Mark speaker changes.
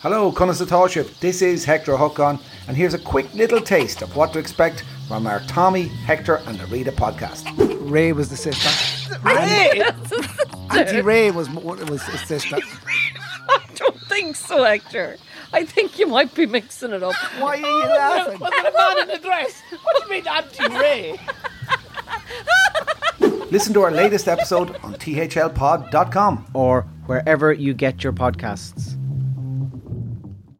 Speaker 1: Hello, Connoisseurship. This is Hector Hookon, and here's a quick little taste of what to expect from our Tommy, Hector, and Arita podcast.
Speaker 2: Ray was the sister.
Speaker 3: Hey,
Speaker 2: Auntie Ray was mo- was a sister.
Speaker 3: I don't think so, Hector. I think you might be mixing it up.
Speaker 2: Why are
Speaker 4: Oh,
Speaker 2: you laughing?
Speaker 4: Was it a man in a dress? What do you mean, Auntie Ray?
Speaker 1: Listen to our latest episode on thlpod.com.
Speaker 5: or wherever you get your podcasts.